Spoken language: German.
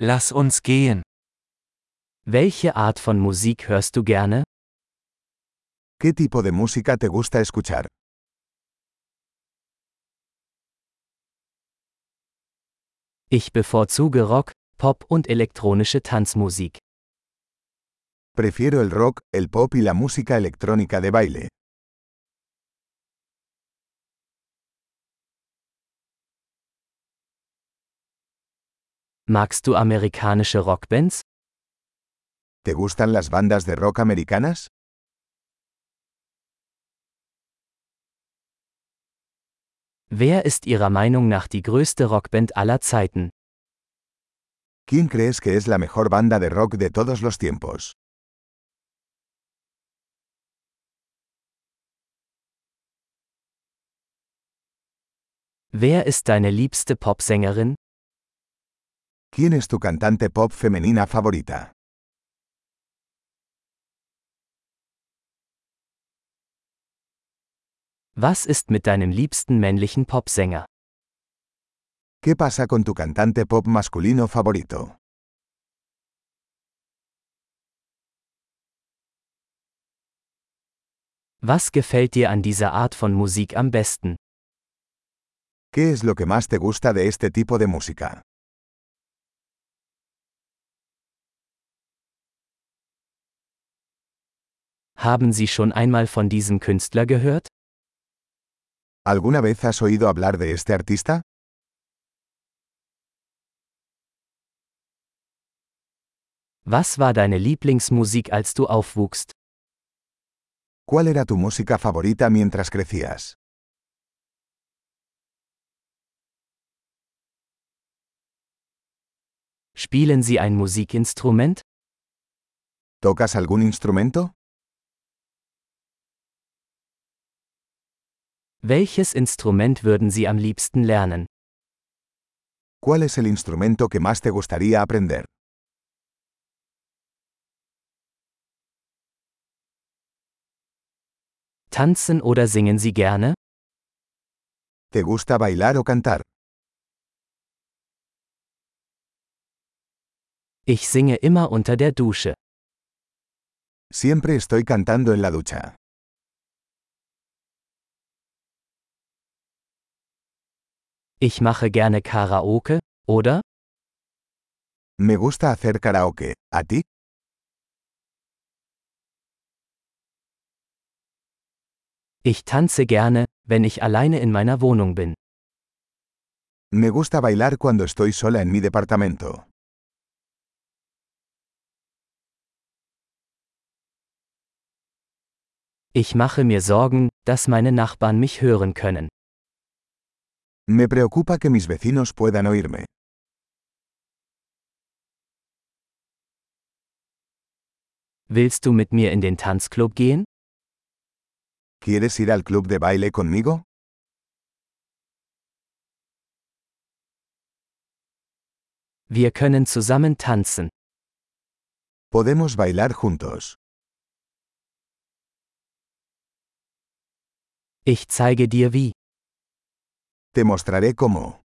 Lass uns gehen. Welche Art von Musik hörst du gerne? ¿Qué tipo de música te gusta escuchar? Ich bevorzuge Rock, Pop und elektronische Tanzmusik. Prefiero el rock, el pop y la música electrónica de baile. Magst du amerikanische Rockbands? ¿Te gustan las bandas de rock americanas? Wer ist Ihrer Meinung nach die größte Rockband aller Zeiten? ¿Quién crees que es la mejor banda de rock de todos los tiempos? Wer ist deine liebste Popsängerin? ¿Quién es tu cantante pop femenina favorita? Was ist mit deinem liebsten männlichen Popsänger? ¿Qué pasa con tu cantante pop masculino favorito? Was gefällt dir an dieser Art von Musik am besten? ¿Qué es lo que más te gusta de este tipo de música? Haben Sie schon einmal von diesem Künstler gehört? ¿Alguna vez has oído hablar de este artista? Was war deine Lieblingsmusik, als du aufwuchst? ¿Cuál era tu música favorita mientras crecías? Spielen Sie ein Musikinstrument? ¿Tocas algún instrumento? Welches Instrument würden Sie am liebsten lernen? ¿Cuál es el instrumento que más te gustaría aprender? Tanzen oder singen Sie gerne? ¿Te gusta bailar o cantar? Ich singe immer unter der Dusche. Siempre estoy cantando en la ducha. Ich mache gerne Karaoke, oder? Me gusta hacer karaoke. ¿A ti? Ich tanze gerne, wenn ich alleine in meiner Wohnung bin. Me gusta bailar cuando estoy sola en mi departamento. Ich mache mir Sorgen, dass meine Nachbarn mich hören können. Me preocupa que mis vecinos puedan oírme. Willst du mit mir in den Tanzclub gehen? ¿Quieres ir al club de baile conmigo? Wir können zusammen tanzen. Podemos bailar juntos. Ich zeige dir wie. Te mostraré cómo.